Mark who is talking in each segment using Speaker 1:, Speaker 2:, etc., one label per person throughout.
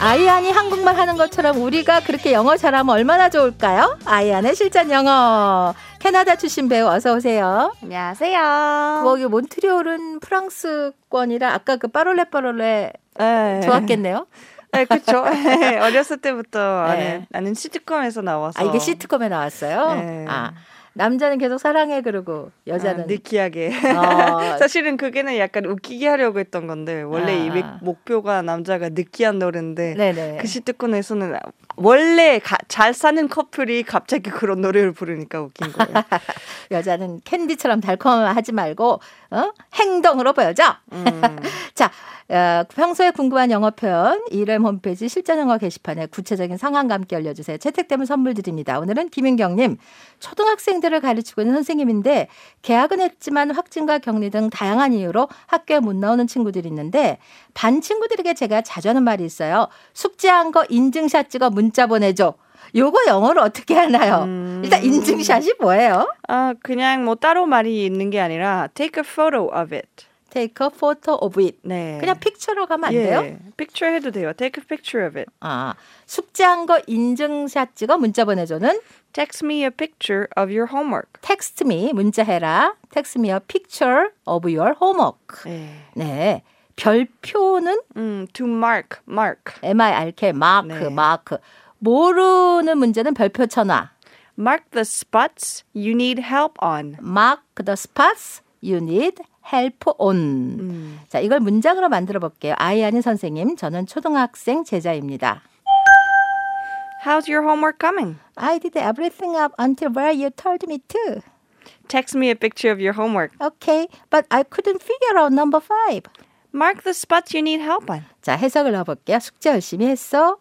Speaker 1: 아이안이 한국말 하는 것처럼 우리가 그렇게 영어 잘하면 얼마나 좋을까요? 아이안의 실전 영어. 캐나다 출신 배우 어서 오세요.
Speaker 2: 안녕하세요.
Speaker 1: 뭐 여기 몬트리올은 프랑스권이라 아까 그 빠롤레 빠롤레
Speaker 2: 네.
Speaker 1: 좋았겠네요.
Speaker 2: 네, 그쵸. 어렸을 때부터
Speaker 1: 네.
Speaker 2: 나는, 나는 시트콤에서 나와서.
Speaker 1: 아 이게 시트콤에 나왔어요.
Speaker 2: 어. 네.
Speaker 1: 아 남자는 계속 사랑해 그러고
Speaker 2: 아, 네.
Speaker 1: 여자는
Speaker 2: 느끼하게.
Speaker 1: 어,
Speaker 2: 사실은 그게는 약간 웃기게 하려고 했던 건데 원래 이
Speaker 1: 아.
Speaker 2: 목표가 남자가 느끼한 노래인데
Speaker 1: 네네.
Speaker 2: 그 시트콤에서는 원래 가- 잘 사는 커플이 갑자기 그런 노래를 부르니까 웃긴 거예요.
Speaker 1: 여자는 캔디처럼 달콤하지 말고 어? 행동으로 보여줘.
Speaker 2: 음.
Speaker 1: 자, 어, 평소에 궁금한 영어 표현 이름 홈페이지 실전 영어 게시판에 구체적인 상황과 함께 알려주세요. 채택되면 선물 드립니다. 오늘은 김윤경님 초등학생들을 가르치고 있는 선생님인데 개학은 했지만 확진과 격리 등 다양한 이유로 학교에 못 나오는 친구들이 있는데 반 친구들에게 제가 자주 하는 말이 있어요. 숙제한 거 인증샷 찍어 문자 보내줘. 요거 영어로 어떻게 하나요?
Speaker 2: 음.
Speaker 1: 일단 인증샷이 뭐예요?
Speaker 2: 아, 그냥 뭐 따로 말이 있는 게 아니라 take a photo of it.
Speaker 1: Take a photo of it.
Speaker 2: 네.
Speaker 1: 그냥 픽처로 가면 안
Speaker 2: 예.
Speaker 1: 돼요?
Speaker 2: picture 해도 돼요. take a picture of it.
Speaker 1: 아, 숙제한 거 인증샷 찍어 문자 보내줘는
Speaker 2: Text me a picture of your homework.
Speaker 1: 텍스트 미 문자해라. 텍스트 미어 picture of your homework.
Speaker 2: 네.
Speaker 1: 네. 별표는
Speaker 2: 음, Mm, to mark, mark.
Speaker 1: MIRK 마크
Speaker 2: 네.
Speaker 1: 마크. 모르는 문제는 별표 천화.
Speaker 2: Mark the spots you need help on.
Speaker 1: Mark the spots you need help on.
Speaker 2: 음.
Speaker 1: 자, 이걸 문장으로 만들어 볼게요. 아이아니 선생님, 저는 초등학생 제자입니다.
Speaker 2: How's your homework coming?
Speaker 1: I did everything up until where you told me to.
Speaker 2: Text me a picture of your homework.
Speaker 1: Okay, but I couldn't figure out number five.
Speaker 2: Mark the spots you need help on.
Speaker 1: 자, 해석을 넣어볼게요. 숙제 열심히 했어.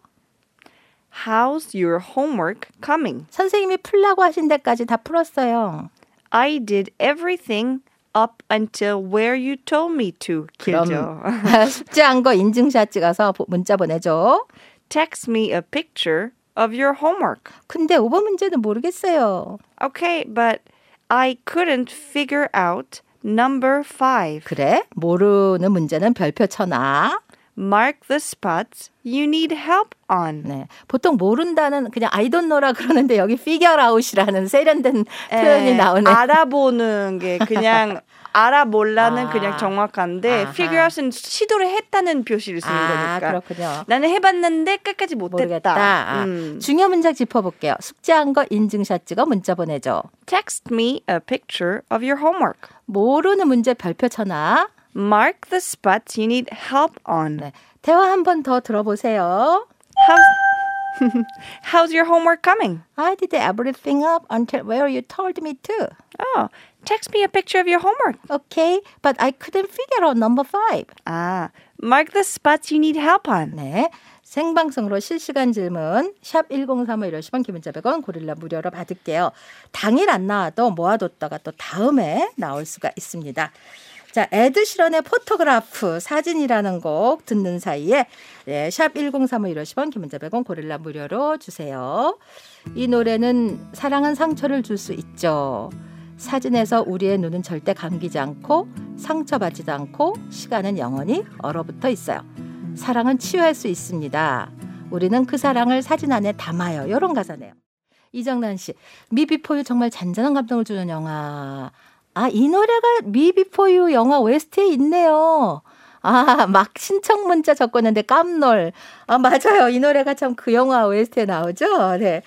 Speaker 2: How's your homework coming?
Speaker 1: 선생님이 풀라고 하신 데까지 다 풀었어요.
Speaker 2: I did everything up until where you told me to. 길죠.
Speaker 1: 아, 숙제한 거 인증샷 찍어서 보- 문자 보내줘.
Speaker 2: Text me a picture of your homework.
Speaker 1: 근데 5번 문제는 모르겠어요.
Speaker 2: Okay, but I couldn't figure out number five.
Speaker 1: 그래? 모르는 문제는 별표 쳐놔.
Speaker 2: Mark the spots you need help on.
Speaker 1: 네. 보통 모른다는 그냥 I don't know라 그러는데 여기 figure out이라는 세련된
Speaker 2: 에,
Speaker 1: 표현이 나오네.
Speaker 2: 예. 알아보는 게 그냥 알아 몰라는
Speaker 1: 아.
Speaker 2: 그냥 정확한데
Speaker 1: 아하.
Speaker 2: figure out은 시도를 했다는 표시를 쓰는
Speaker 1: 아,
Speaker 2: 거니까.
Speaker 1: 그렇군요.
Speaker 2: 나는 해봤는데 끝까지 못했다.
Speaker 1: 모르겠다. 아,
Speaker 2: 음.
Speaker 1: 중요 문장 짚어볼게요. 숙제한 거 인증샷 찍어 문자 보내줘.
Speaker 2: Text me a picture of your homework.
Speaker 1: 모르는 문제 별표 쳐놔.
Speaker 2: Mark the spots you need help on.
Speaker 1: 네. 대화 한 번 더 들어보세요.
Speaker 2: How's, how's your homework coming?
Speaker 1: I did everything up until where you told me to.
Speaker 2: Oh, text me a picture of your homework.
Speaker 1: Okay, but I couldn't figure out number five.
Speaker 2: 아, mark the spots you need help on.
Speaker 1: 네. 생방송으로 실시간 질문 샵 1035 150원 기문자 100원 고릴라 무료로 받을게요. 당일 안 나와도 모아뒀다가 또 다음에 나올 수가 있습니다. 자, 에드시런의 포토그래프 사진이라는 곡 듣는 사이에 네, 샵 1035 150원 기문자 100원 고릴라 무료로 주세요. 이 노래는 사랑은 상처를 줄 수 있죠. 사진에서 우리의 눈은 절대 감기지 않고 상처받지도 않고 시간은 영원히 얼어붙어 있어요. 사랑은 치유할 수 있습니다. 우리는 그 사랑을 사진 안에 담아요. 이런 가사네요. 이정란 씨, 미비포유 정말 잔잔한 감동을 주는 영화. 아, 이 노래가 미비포유 영화 OST에 있네요. 아, 막 신청 문자 적었는데 깜놀. 아, 맞아요. 이 노래가 참 그 영화 OST에 나오죠? 네.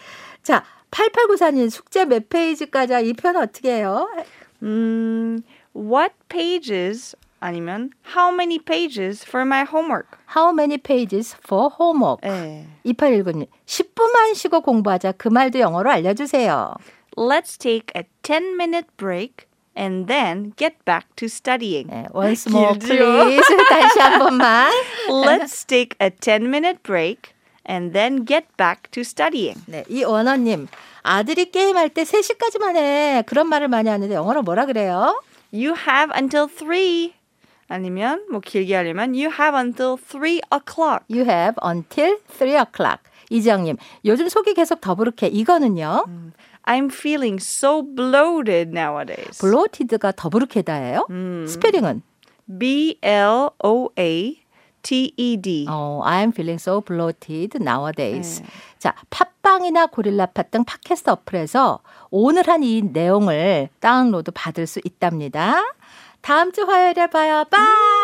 Speaker 1: 자, 8894님, 숙제 몇 페이지까지, 이 표현 어떻게 해요?
Speaker 2: 음, Hmm, what pages 아니면 how many pages for my homework?
Speaker 1: How many pages for homework?
Speaker 2: 예.
Speaker 1: 2819님, 10분만 쉬고 공부하자. 그 말도 영어로 알려주세요.
Speaker 2: Let's take a 10 minute break and then get back to studying.
Speaker 1: 네, once more
Speaker 2: 길지요?
Speaker 1: please. 다시 한 번만.
Speaker 2: Let's take a 10 minute break and then get back to studying.
Speaker 1: 네, 이 원어님. 아들이 게임할 때 3시까지만 해. 그런 말을 많이 하는데 영어로 뭐라 그래요?
Speaker 2: You have until 3 아니면 뭐 길게 하려면 you have until 3 o'clock.
Speaker 1: You have until 3 o'clock. 이지영님, 요즘 속이 계속 더부룩해. 이거는요?
Speaker 2: 음. I'm feeling so bloated nowadays. 음.
Speaker 1: bloated가 더부룩해다예요? 스페링은?
Speaker 2: B L O A E TED.
Speaker 1: 어, I'm feeling so bloated nowadays. 자, 팟빵이나 고릴라팟 등 팟캐스트 어플에서 오늘 한 이 내용을 다운로드 받을 수 있답니다. 다음 주 화요일에 봐요. 빠이!